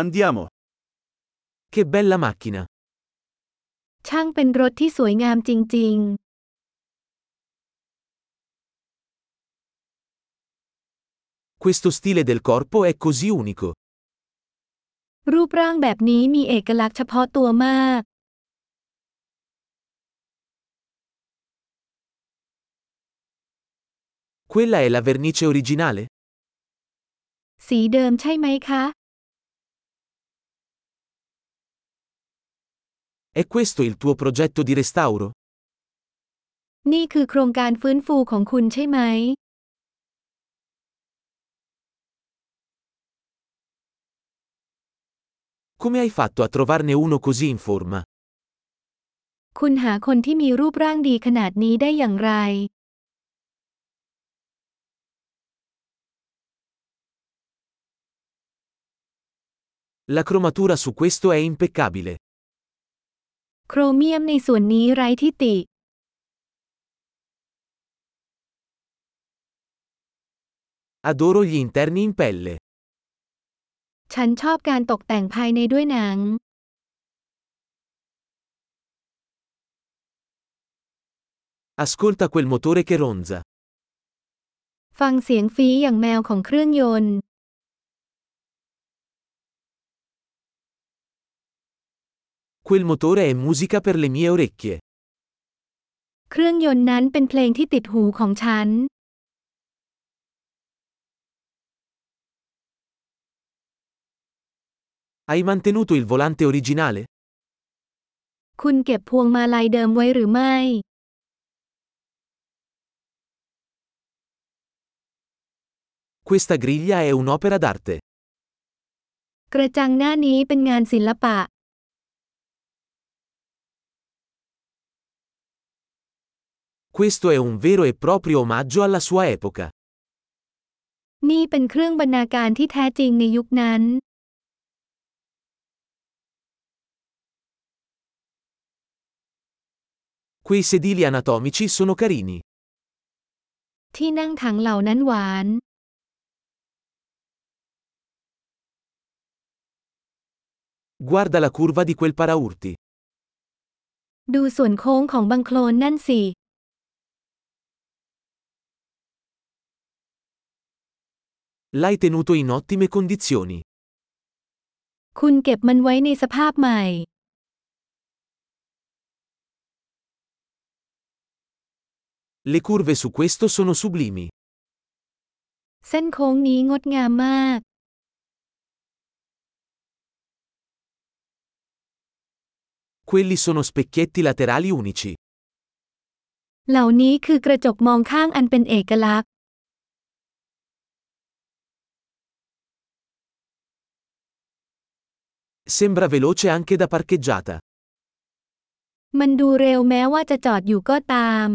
Andiamo. Che bella macchina. ช่างเป็นรถที่สวยงามจริง Questo stile del corpo è così unico. ๆ รูปร่างแบบนี้มีเอกลักษณ์เฉพาะตัวมาก Quella è la vernice originale? สีเดิมใช่ไหมคะ È questo il tuo progetto di restauro? นี่คือโครงการฟื้นฟูของคุณใช่ไหม Come hai fatto a trovarne uno così in forma? คุณหาคนที่มีรูปร่างดีขนาดนี้ได้อย่างไร La cromatura su questo è impeccabile. โครเมียมในส่วนนี้ไร้ที่ติ Adoro gli interni in pelle. ฉันชอบการตกแต่งภายในด้วยหนัง Ascolta quel motore che ronza. ฟังเสียงฟีอย่างแมวของเครื่องยนต์ Quel motore è musica per le mie orecchie. เครื่องยนต์นั้นเป็นเพลงที่ติดหูของฉัน Hai mantenuto il volante originale? คุณเก็บพวงมาลัยเดิมไว้หรือไม่ Questa griglia è un'opera d'arte. กระจังหน้านี้เป็นงานศิลปะ Questo è un vero e proprio omaggio alla sua epoca. นี่เป็นเครื่องบรรณาการที่แท้จริงในยุคนั้น Quei sedili anatomici sono carini. ที่นั่งถังเหล่านั้นหวาน Guarda la curva di quel paraurti. ดูส่วนโค้งของบังโคลนนั่นสิ L'hai tenuto in ottime condizioni. คุณเก็บมันไว้ในสภาพใหม่ Le curve su questo sono sublimi. เส้นโค้งนี้งดงามมาก Quelli sono specchietti laterali unici. เหล่านี้คือกระจกมองข้างอันเป็นเอกลักษณ์ Sembra veloce anche da parcheggiata. มันดูเร็วแม้ว่าจะจอดอยู่ก็ตาม